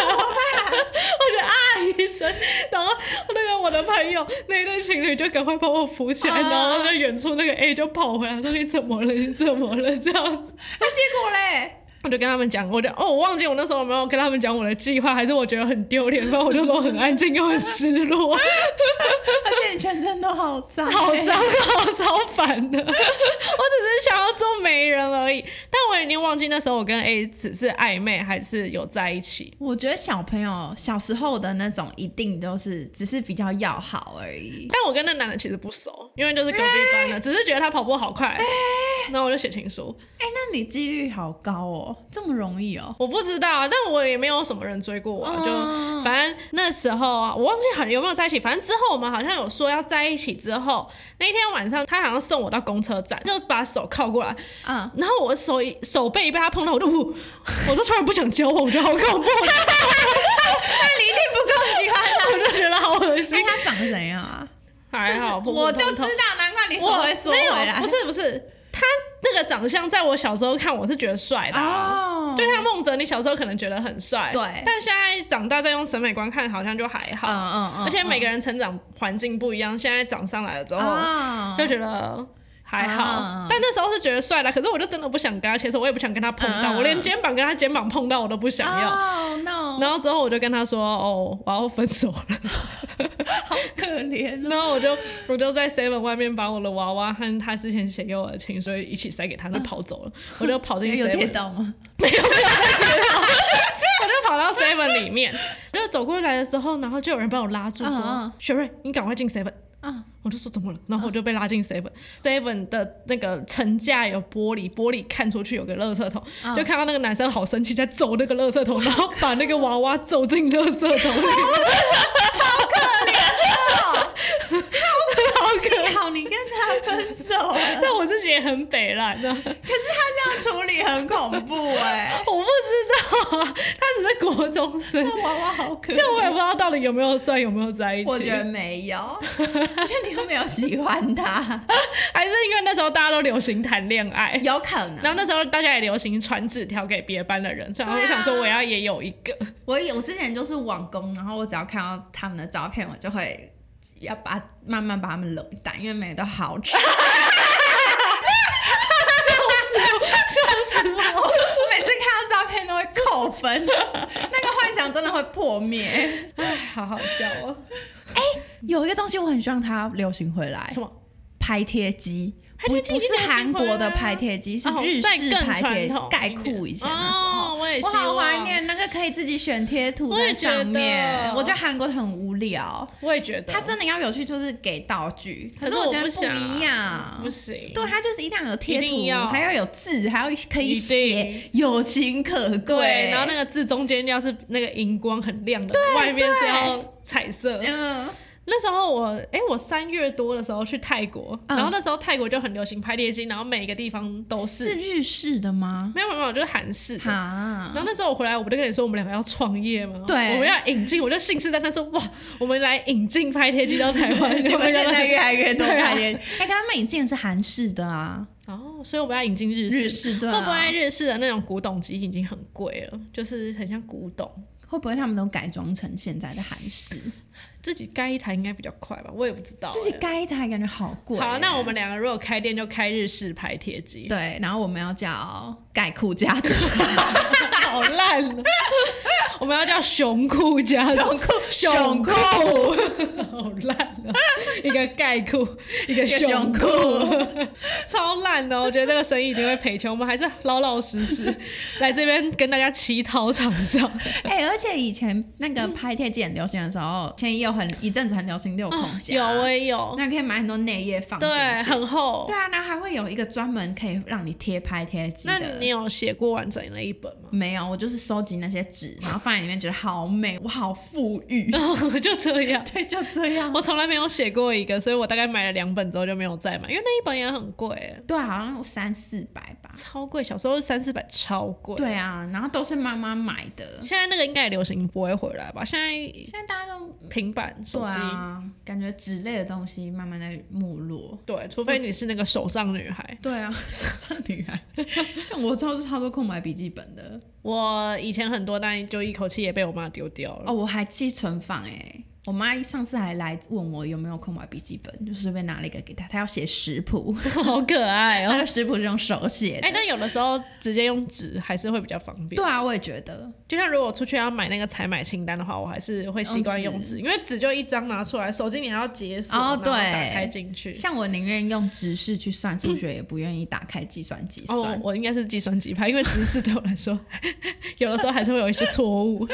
A: 我就啊一声，然后那个我的朋友那一对情侣就赶快把我扶起来，
B: 啊
A: 然后在远处那个 A 就跑回来说你怎么了？你怎么了？这样子。
B: 那结果嘞？
A: 我就跟他们讲，我就哦，我忘记我那时候有没有跟他们讲我的计划，还是我觉得很丢脸，所以我就都很安静又很失落，
B: 而且你全身都好脏，欸
A: 好脏，好超烦的。我只是想要做媒人而已，但我已经忘记那时候我跟 A 只是暧昧还是有在一起。
B: 我觉得小朋友小时候的那种，一定都是只是比较要好而已。
A: 但我跟那男的其实不熟，因为就是隔壁班的，只是觉得他跑步好快，然后我就写情书。
B: 哎、那你几率好高哦，这么容易哦？
A: 我不知道，啊，但我也没有什么人追过我、啊，
B: 嗯
A: 就反正那时候啊，我忘记好像有没有在一起，反正之后我们好像有说要在一起。之后那一天晚上，他好像送我到公车站，就把手靠过来，
B: 嗯，
A: 然后我手一手背被他碰到，我就呜，我都突然不想交往，我觉得好恐怖，
B: [laughs] 那你一定不够喜欢他
A: 我好恶心
B: [laughs] 哎，。他长得怎样啊？
A: 还好，
B: 是
A: 普
B: 不
A: 普
B: 是我就
A: 通
B: 知
A: 通
B: 道，难怪你手
A: 我
B: 会缩
A: 没
B: 回
A: 有
B: 来。
A: 不是不是，他那个长相在我小时候看我是觉得帅的、啊。
B: 哦，
A: 就像梦泽，你小时候可能觉得很帅，
B: 对
A: 但现在长大再用审美观看，好像就还好。
B: 哎嗯嗯嗯，
A: 而且每个
B: 人
A: 人成长环境不一样，现在长上来了之后，
B: 啊
A: 哦就觉得还好。
B: 啊
A: 但那时候是觉得帅啦，可是我就真的不想跟他牵手，我也不想跟他碰到，
B: 嗯
A: 我连肩膀跟他肩膀碰到我都不想要。
B: 哦 no，
A: 然后之后我就跟他说：“哦，我要分手了。 [laughs]
B: 好可怜哦。
A: 然后我就我就在 Seven 外面把我的娃娃和他之前写给我的情书一起塞给他，那跑走了。我就跑进 Seven，
B: 嗯有跌倒吗？
A: 我就跑到 Seven 里
B: [laughs]
A: 面，就走过来的时候，然后就有人把我拉住
B: 嗯嗯
A: 说
B: 嗯：“
A: 雪瑞，你赶快进 Seven。”
B: 啊，
A: 我就说怎么了，然后我
B: 嗯
A: 就被拉进 seven seven、的那个层架有玻璃，玻璃看出去有个垃圾桶，
B: 嗯
A: 就看到那个男生好生气，在揍那个垃圾桶，然后把那个娃娃揍进垃圾桶里，好可怜哦，好可
B: 幸好你跟他分手了，
A: [laughs] 但我自己也很北烂啊的，我不知
B: 他这样处理很恐怖哎。
A: 道啊，他只是国中生，
B: 那娃娃好可
A: 就我也不
B: 怜，
A: 知道到底有没有算有没有在一起，
B: 我觉得没有，那你又没有喜
A: [laughs]
B: 欢他，
A: 还是因为那时候大家都流行谈恋爱，
B: 有可
A: 然
B: 能。
A: 后那时候大家也流行传纸条给别班的人，所以
B: 对啊
A: 我就想说我要也有一
B: [laughs]
A: 个。
B: 我有我之前就是网工，然后我只要看到他们的照片，我就会要把慢慢把他们冷淡，因为每个都好丑。
A: 笑死 [laughs] 我！
B: 我每次看到照片都会扣分，那个幻想真的会破灭。
A: 哎，好好笑哦。
B: 有一个东西我很希望它流行回来
A: 什，么？
B: 拍贴机。
A: 拍
B: 不
A: 贴机
B: 不
A: 已经
B: 是
A: 流行
B: 韩
A: 回来
B: 国的
A: 了
B: 拍贴机，是
A: 哦
B: 日
A: 再
B: 式
A: 更
B: 拍
A: 传
B: 贴
A: 统
B: 概
A: 一
B: 酷
A: 点
B: 以前的时
A: 哦
B: 候，
A: 我也希
B: 好怀
A: 望
B: 念那个可以自己选贴图
A: 我也
B: 在
A: 觉得
B: 上面。我觉得韩国的很无聊，
A: 我也觉得
B: 它真的要有趣就是给道具，
A: 可是
B: 我
A: 我
B: 觉得
A: 不
B: 不
A: 想啊
B: 一样，
A: 不行。
B: 对，它就是一定要有贴
A: 一定
B: 图
A: 要，
B: 还要有字，还要可以
A: 一定
B: 写，有情可贵。
A: 对，然后那个字中间要是那个荧光很亮的，外面是要彩色。
B: 嗯，
A: 那时候我，哎、我三月多的时候去泰国，
B: 嗯
A: 然后那时候泰国就很流行拍贴机，然后每个地方都
B: 是
A: 是。
B: 日式的吗？
A: 没有没有没有，就是韩式的。[laughs]
B: 哈
A: 然后，那时候我回来，我不就跟你说我们两个要创业吗？
B: 对
A: 我们要引进，我就信誓旦旦说哇，我们来引进拍贴机到
B: [laughs]
A: 台湾。
B: 结果现在越来越多
A: 对啊
B: 排练， [laughs] 哎，他们引进的是韩式的啊，
A: 哦，所以我们要引进日式。
B: 日式对
A: 会
B: 啊，
A: 不会日式的那种古董机已经很贵了？就是很像古董，
B: 会不会他们都改装成现在的韩式？
A: 自己盖一台应该比较快吧？我也不知道欸、
B: 自己啊盖一台感觉好贵。
A: 好，那我们两个如果开店就开日式拍贴机，
B: 对，然后我们要叫盖酷家
A: [laughs]
B: 族，
A: 好烂
B: [laughs]
A: 哦、我们要叫熊酷家族，
B: 熊酷
A: 熊
B: 熊
A: 酷
B: 酷，
A: 好烂哦、一个盖酷，一个
B: 一个
A: 熊
B: [laughs] 熊
A: 酷，超烂的、哦我觉得这个生意一定会赔钱，我们还是老老实
B: [laughs]
A: 实来这边跟大家乞讨厂商。
B: [laughs] 哎、而且以前那个拍贴机很流行的时候，前也有很一阵子很流行六孔夹、
A: 哦有我也有，
B: 那可以买很多内页放进
A: 对，
B: 去。
A: 很厚。
B: 对啊，然后还会有一个专门可以让你贴拍贴机
A: 那
B: 的。
A: 你有写过完整的一本
B: [laughs]
A: 吗？
B: 没有，我就是收集那些纸，然后放在里面，觉得好美，我好富裕。 [laughs]
A: 哦就这样，
B: 对，就这样。
A: 我从来没有写过一个，所以我大概买了两本之后就没有再买，因为那一本也很贵，欸
B: 对，啊好像有三四百吧。
A: 超贵，小时候三四百超贵。，
B: 对啊，然后都是妈妈买的。
A: 现在那个应该也流行不会回来吧？现在
B: 现在大家都
A: 平板、手
B: 对
A: 机。
B: 啊，感觉纸类的东西慢慢在没落。
A: 对，除非你是那个手账女孩。
B: 对啊， [laughs] 像女孩， [laughs] 嗯像我超超多空白笔记本的
A: 我以前很多，但就一口气也被我妈丢掉了。
B: 哦，我还寄存放哎、我妈上次还来问我有没有空白笔记本，就随便拿了一个给她，她要写食谱，
A: [laughs] 好可爱哦、
B: 她的食谱是用手 [laughs] 写的。
A: 哎、但有的时候直接用纸还是会比较方便。
B: 对啊，我也觉得，
A: 就像如果我出去要买那个采买清单的话，我还是会习惯用
B: 用
A: 纸，因为纸就一张拿出来，手机你还要解锁，
B: 哦
A: 然后
B: 对
A: 打开进去。
B: 像我宁愿用直视去算数学，也不愿意打开计算机算。
A: 哦，我应该是计算机派，因为直视对我来 [laughs] 说，有的时候还是会有一些错误。因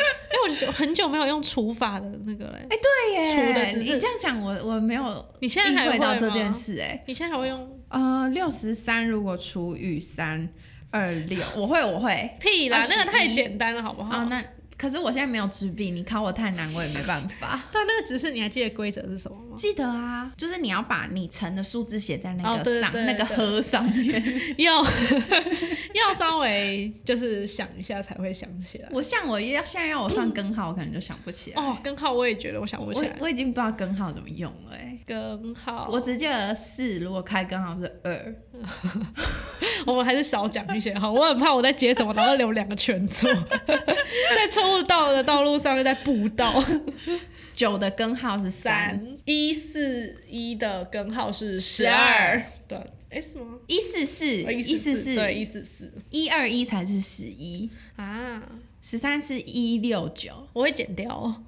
A: 为我就很久没有用除法的那个欸嘞，
B: 哎、对耶，
A: 除了只是
B: 你这样讲，我我没有
A: 你现在还
B: 意
A: 会
B: 会到这
A: 吗
B: 件事哎。
A: 你现在还会用？
B: 呃，六十三如果除以三二六，我会我会
A: 屁啦，
B: 21
A: 那个太简单了，好不好？。
B: 啊。那可是我现在没有纸笔，你考我太难，我也没办法 [laughs]
A: 但那个直视你还记得规则是什么吗？吗？
B: 记得啊，就是你要把你乘的数字写在那
A: 哦
B: 个
A: 对
B: 上、
A: 对
B: 那个
A: 对
B: 盒上
A: [laughs]
B: 面。
A: 要要稍微就是想一下才会想起来。
B: 我像我要现在要我算根号，我可能就想不起来。
A: 哦，根号我也觉得我想不起
B: 我
A: 来。
B: 我已经不知道根号怎么用了、欸。
A: 根号，
B: 我只记得四，如果开根号是二，
A: 我们还是少讲一些好，我很怕我在接什么，然后留两个全错， [laughs] 在错误道的道路上又在步道。
B: 九的根号是三，
A: 三一四一的根号是
B: 12
A: 十二，对，哎什么？
B: 一四四，一
A: 哦一
B: 四
A: 对，一
B: 四，
A: 四四
B: 一二一才是十一，
A: 啊！
B: 十三是一六九。
A: 我会剪掉、哦。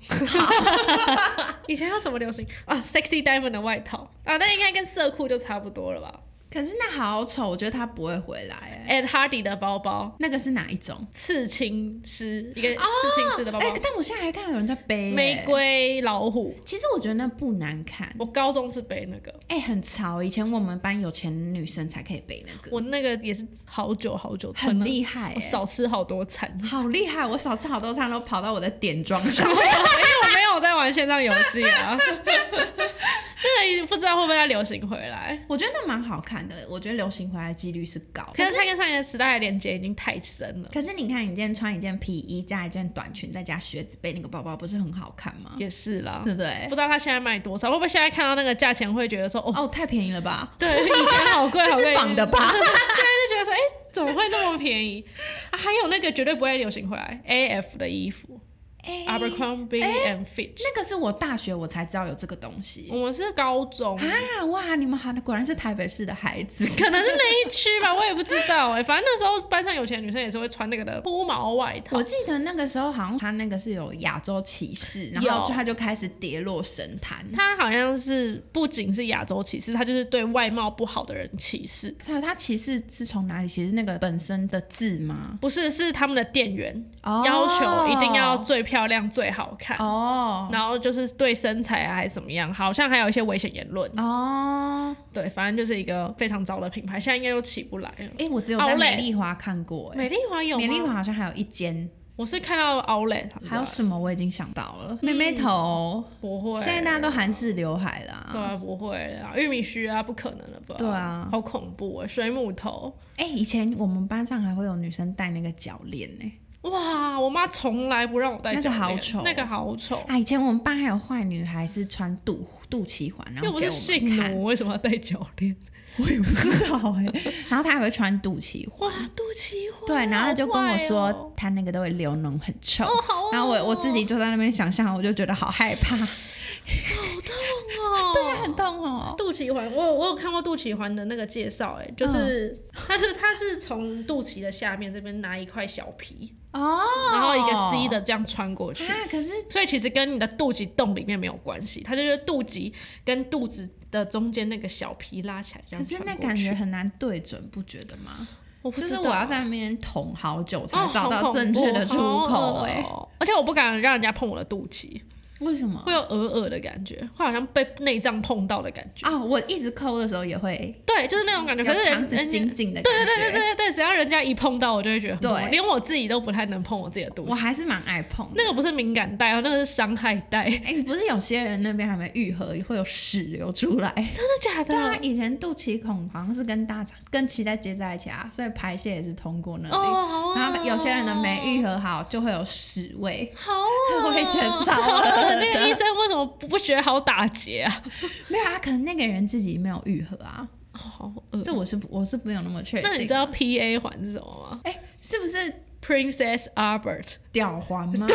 A: [laughs] 以前有什么流行啊？Sexy Diamond 的外套啊，那应该跟色裤就差不多了吧
B: 可是那好丑，我觉得它不会回来、欸。
A: ？Ed Hardy 的包包，
B: 那个是哪一种？
A: 刺青师一个刺青师的包包，
B: 哎、但我现在还看到有人在背、欸、
A: 玫。瑰老虎。
B: 其实我觉得那不难看，
A: 我高中是背那个，
B: 哎、很潮。以前我们班有钱女生才可以背那个，
A: 我那个也是好久好久穿
B: 很
A: 了，
B: 厉害、
A: 我
B: 欸，
A: 少吃好多餐。 [laughs]
B: 好厉害！我少吃好多餐都跑到我的点装上。 [laughs]
A: 因为我没有在玩线上游戏啊。 [laughs] 那个不知道会不会再流行回来，
B: 我觉得那蛮好看的，我觉得流行回来几率是高。
A: 可是它跟上一个时代的连接已经太深了。
B: 可是你看，你今天穿一件皮衣加一件短裙，再加靴子背那个包包，不是很好看吗？
A: 也是啦，
B: 嗯对不
A: 不
B: 对？
A: 知道它现在卖多少，会不会现在看到那个价钱会觉得说，
B: [laughs]
A: 哦，
B: 哦，太便宜了吧？
A: 对，以前好贵 [laughs] 好
B: 这 [laughs]
A: 贵，
B: 是仿的吧
A: 现在就觉得说，哎、怎么会那么便宜？啊、还有那个绝对不会流行回来，AF 的衣服
B: 哎
A: ，Abercrombie and Fitch，、
B: 那个是我大学我才知道有这个东西
A: 我们是高中。
B: 啊！哇，你们好，果然是台北市的孩子。
A: [laughs] 可能是那一区吧，我 [laughs] 也不知道哎、反正那时候班上有钱的女生也是会穿那个的铺毛外套
B: 我，记得那个时候好像他那个是有亚洲歧视，然后
A: 有
B: 就他就开始跌落神坛。
A: 他好像是不仅是亚洲歧视，他就是对外貌不好的人歧视。
B: 他他歧视是从哪里？歧视那个本身的字吗？
A: 不是，是他们的店员、
B: 哦
A: 要求一定要最漂亮、最好看，
B: 哦
A: 然后就是对身材啊还是怎么样，好像还有一些危险言论。
B: 哦，
A: 对，反正就是一个非常糟的品牌，现在应该都起不来了。
B: 哎、我只有在
A: Outlet
B: 美丽华看过、哎，
A: 美丽华有吗？啊
B: 美丽华好像还有一间，
A: 我是看到 Outlet，
B: 还有什么我已经想到
A: 嗯
B: 了，妹妹头，
A: 不会？
B: 现在大家都韩式刘海啦、
A: 对啊，不会啊，玉米须啊，不可能了吧？
B: 对啊
A: 好恐怖啊，水母头。
B: 哎、以前我们班上还会有女生戴那个脚链呢。
A: 哇，我妈从来不让我戴
B: 那个
A: 脚
B: 好
A: 链
B: 丑
A: 那个好丑。
B: 啊，以前我们班还有坏女孩是穿肚肚脐环，然
A: 又
B: 后
A: 不
B: 给
A: 是
B: 我
A: 性
B: 们看， [laughs]
A: 奴，为什么要戴脚链？
B: 我也不知道哎、然后她还会穿肚脐环，
A: 哇，肚脐环
B: 对，然后她就跟我
A: 好怪
B: 说
A: 哦
B: 她那个都会流脓，很臭。
A: 哦好恶哦
B: 然后我我自己就在那边想象，我就觉得好害怕，
A: 哦好痛哦，
B: 对啊，很痛哦。
A: 肚脐环，我有我有看过肚脐环的那个介绍，哎，
B: 嗯
A: 就是、它是它是从肚脐的下面这边拿一块小皮，
B: 哦，
A: 然后一个 C 的这样穿过去，
B: 啊，可是
A: 所以其实跟你的肚脐洞里面没有关系，它就是肚脐跟肚子的中间那个小皮拉起来这
B: 可
A: 样
B: 是
A: 穿
B: 那
A: 过
B: 感
A: 去
B: 觉，很难对准，不觉得吗？
A: 我不
B: 就
A: 知
B: 是
A: 道啊
B: 我要在那边捅好久才
A: 哦
B: 找
A: 好
B: 到
A: 恐
B: 正确的
A: 怖
B: 出口、
A: 好恶
B: 哎、
A: 哦而且我不敢让人家碰我的肚脐。
B: 为什么
A: 会？有鹅鹅的感觉，会好像被内脏碰到的感觉。
B: 啊，我一直抠的时候也会
A: 对，就是那种感觉。
B: 有
A: 可是
B: 肠
A: 人
B: 子
A: 人家
B: 紧紧的感
A: 对
B: 觉，
A: 对对对对对，只要人家一碰到，我就会觉得很痛
B: 对
A: 连我自己都不太能碰我自己的肚
B: 我
A: 脐。
B: 还是蛮爱碰的。
A: 那个不是敏感带哦，那个是伤害带。真
B: 哎、不是有些人那边还没愈合，会有屎流出来。
A: 的假
B: [laughs] 对啊，
A: 的？
B: 以前肚脐孔好像是跟大肠、跟脐带接在一起啊，所以排泄也是通过那里。
A: 哦，好啊。
B: 然后有些人的没愈合好，就会有屎味。
A: 好啊，
B: [laughs] 我也觉得超恶的
A: 呃那个医生为什么不不学好打结啊？
B: [laughs] 没有啊，可能那个人自己没有愈合啊，
A: 哦好恶。
B: 这我是不我是没有那么确定。
A: 那你知道 P A 环是什么吗
B: 哎、是不是
A: ？Princess
B: [laughs]
A: Albert。
B: 吊环吗？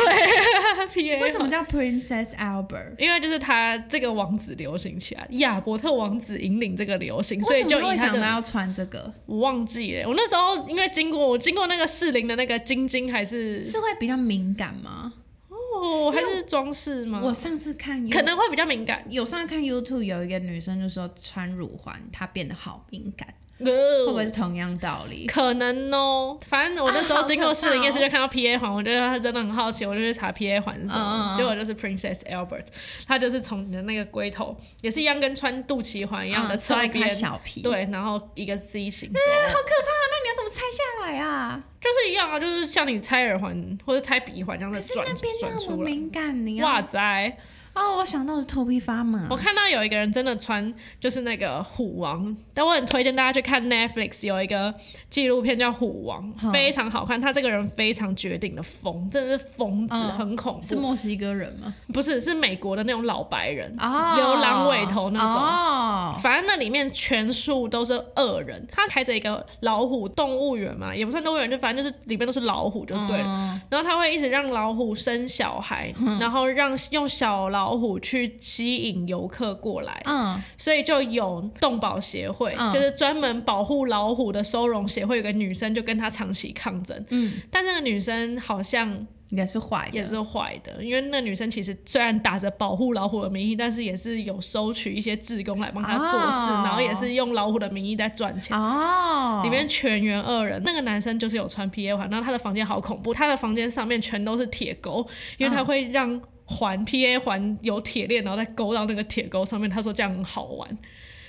A: P A
B: 为什么叫 Princess Albert？
A: 因为就是他这个王子流行起来，亚伯特王子引领这个流行， [laughs] 所以就
B: 为什么
A: 以
B: 会
A: 他
B: 想到
A: 的
B: 要穿这个，
A: 我忘记了。我那时候因为经过我经过那个适龄的那个晶晶还是
B: 是会比较敏感吗？
A: 哦还是装饰吗？
B: 我上次看
A: 嗯
B: You-
A: 可能会比较敏感。
B: 有上次看 YouTube 有一个女生就说穿乳环她变得好敏感，
A: 会
B: 会不会是同样道理？
A: 可能哦，反正我那时
B: 啊
A: 候
B: 好
A: 经
B: 可
A: 过
B: 怕
A: 适龄夜市
B: 哦
A: 就看到 P A 环，我觉得他真的很好奇，我就去查 P A 环是什
B: 嗯嗯
A: 么
B: 嗯，
A: 结果就是 Princess Albert，它就是从你的那个龟头，也是一样跟穿肚脐环一样的
B: 嗯
A: 侧
B: 抓一块
A: 边，
B: 小皮，啊，
A: 对，然后一个 C 型手
B: 好可怕！啊那你要怎么拆下来啊？
A: 就是一样啊，就是像你拆耳环或者拆鼻环这样
B: 可
A: 子
B: 是
A: 转
B: 那边
A: 转
B: 那么
A: 出来。
B: 敏感，你
A: 哇
B: 要
A: 塞，
B: 哦，我想到是头皮发麻
A: 我。看到有一个人真的穿就是那个虎王，但我很推荐大家去看 Netflix 有一个纪录片叫《虎王
B: 嗯》，
A: 非常好看。他这个人非常绝顶的疯，真的是疯子，
B: 嗯
A: 很恐怖。
B: 是墨西哥人吗？
A: 不是，是美国的那种老白人，
B: 哦，
A: 流浪尾头那种。
B: 哦，
A: 反正那里面全数都是恶人，他开着一个老虎动物园嘛，也不算动物园，就反正就是里面都是老虎就对了。
B: 嗯
A: 然后他会一直让老虎生小孩，然后让用小老虎去吸引游客过来，
B: 嗯，
A: 所以就有动保协会，
B: 嗯
A: 就是专门保护老虎的收容协会，有个女生就跟他长期抗争，
B: 嗯，
A: 但那个女生好像
B: 也是坏的，
A: 也是坏的，因为那女生其实虽然打着保护老虎的名义，但是也是有收取一些志工来帮她做事，
B: 哦
A: 然后也是用老虎的名义在赚钱。
B: 哦，
A: 里面全员恶人，那个男生就是有穿 PA 环，然后他的房间好恐怖，他的房间上面全都是铁钩，因
B: 嗯
A: 为他会让环 PA 环有铁链，然后再勾到那个铁钩上面。他说这样很好玩，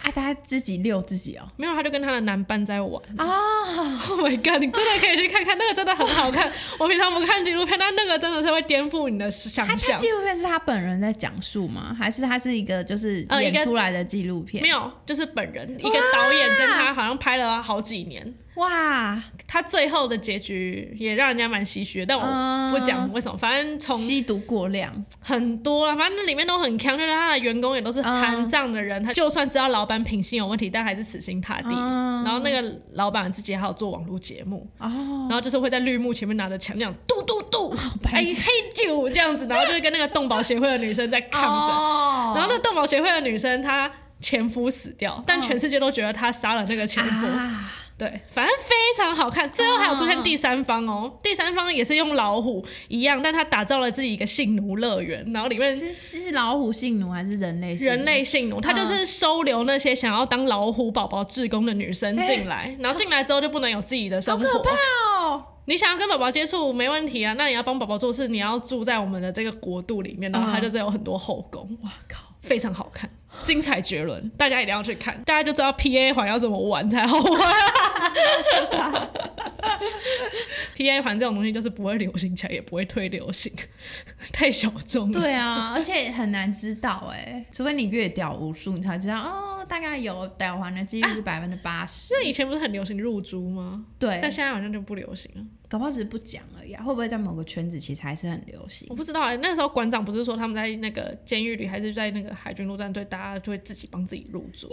B: 啊，他自己遛自己哦。
A: 没有他就跟他的男伴在玩。
B: 哦，
A: [laughs] Oh my god！你真的可以去看看，那个真的很好
B: [laughs]
A: 看。我平常不看纪录片，但那个真的是会颠覆你的想
B: 啊他他
A: 象
B: 纪。录片是他本人在讲述吗？还是他是一个就是
A: 呃一个
B: 演出来的纪录片？
A: [laughs] 没有，就是本人一个导演跟他好像拍了好几年，
B: 啊哇，
A: 他最后的结局也让人家蛮唏嘘的，但
B: 嗯
A: 我不讲为什么，反正从
B: 吸毒过量，
A: 很多啊，反正那里面都很强，就是他的员工也都是残障的人，他就算知道老板品性有问题，但还是死心塌地。
B: 嗯
A: 然后那个老板自己还有做网络节目，
B: 哦，
A: 然后就是会在绿幕前面拿着枪这样嘟嘟嘟，哎
B: 白痴
A: 嘿啾这样子，然后就是跟那个动保协会的女生在抗争。
B: 哦
A: 然后那动保协会的女生她前夫死掉，但全世界都觉得她杀了那个前夫。
B: 啊，
A: 对，反正非常好看。最后还有出现第三方哦，
B: 啊
A: 第三方也是用老虎一样，但他打造了自己一个性奴乐园，然后里面。
B: 是是是老虎性奴还是人类性奴？
A: 人类性奴，他就是收留那些想要当老虎宝宝志工的女生进来，然后进来之后就不能有自己的生
B: 哎好
A: 活。
B: 可怕哦，
A: 你想要跟宝宝接触没问题啊，那你要帮宝宝做事，你要住在我们的这个国度里面，然后
B: 嗯
A: 它就是有很多后宫。
B: 哇靠，
A: 非常好看，精彩绝伦，大家一定要去看，大家就知道 [laughs] P A 环要怎么玩才好玩。P A 环这种东西就是不会流行起来，也不会推流行， [laughs] 太小众了。
B: 对啊， [laughs] 而且很难知道哎，除非你越屌无数，你才知道哦，大概有屌环的几率是百分之八十，
A: 啊那以前不是很流行入珠吗？
B: 对，
A: 但现在好像就不流行了。
B: 搞不好只是不讲而已啊，会不会在某个圈子其实还是很流行
A: 我？不知道、欸，那时候馆长不是说他们在那个监狱里，还是在那个海军陆战队，大家就会自己帮自己入珠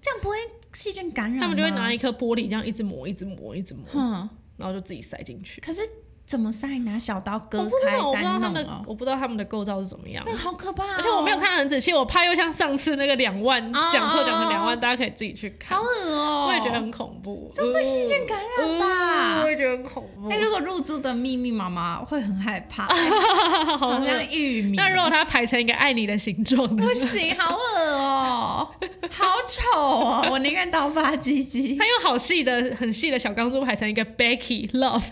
B: 这样不会细菌感染吗？
A: 他们就会拿一颗玻璃这样一直磨，一直磨，一直磨，
B: 哼，
A: 然后就自己塞进去。
B: 可是怎么塞？拿小刀
A: 我
B: 割
A: 不知
B: 开
A: 道，我不
B: 再
A: 知道他
B: 弄
A: 们的
B: 哦，，
A: 我不知道他们的构造是怎么样
B: 那。个好可怕、哦！
A: 而且我没有看得很仔细，我怕又像上次那个两万
B: 哦
A: 讲错讲
B: 哦
A: 成
B: 哦
A: 两万，大家可以自己去看
B: 好。恶哦、
A: 我也觉得很恐怖，
B: 这会细菌感染吧
A: 嗯我也觉得很恐怖
B: 哎、。如果入住的密密麻麻会很害怕，
A: [laughs] 好
B: 好
A: 恶
B: 像玉米。
A: 那如果它排成一个爱你的形状呢，[laughs]
B: 不行，好恶哦、好丑哦、我宁愿刀疤
A: [laughs]
B: 鸡鸡。
A: 它用好细的、很细的小钢珠排成一个 Becky Love，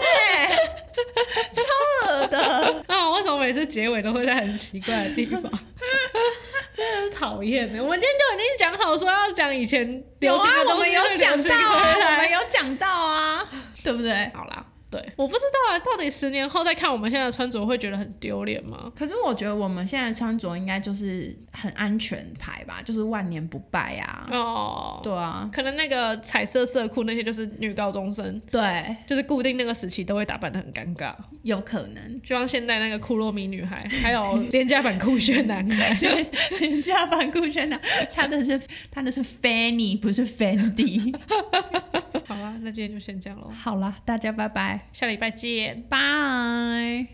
B: 对，超恶的，
A: [laughs] 啊，为什么每次结尾都会在很奇怪的地方？ [laughs] 真的是讨厌欸的。我们今天就已经讲好说要讲以前
B: 有
A: 流
B: 啊
A: 行的，
B: 我
A: 东
B: 们
A: 西，
B: 有讲到啊，我
A: 来。
B: 们有讲到 [laughs] 啊，对不对？
A: 好啦，对，我不知道啊，到底十年后再看我们现在的穿着会觉得很丢脸吗？
B: 可是我觉得我们现在穿着应该就是很安全牌吧，就是万年不败啊。
A: 哦，
B: 对啊，
A: 可能那个彩色色裤那些就是女高中生，
B: 对，
A: 就是固定那个时期都会打扮的很尴尬，。
B: 有可能
A: 就像现在那个库洛米女孩，还有廉价版酷炫男
B: [laughs]
A: 孩。
B: [laughs] 人家反顾轩呢，啊他的是 [laughs] 他的是 Fanny，不是 Fendi。
A: 好啦，那今天就先这样喽，
B: 好啦，大家拜拜，
A: 下礼拜见。
B: 拜。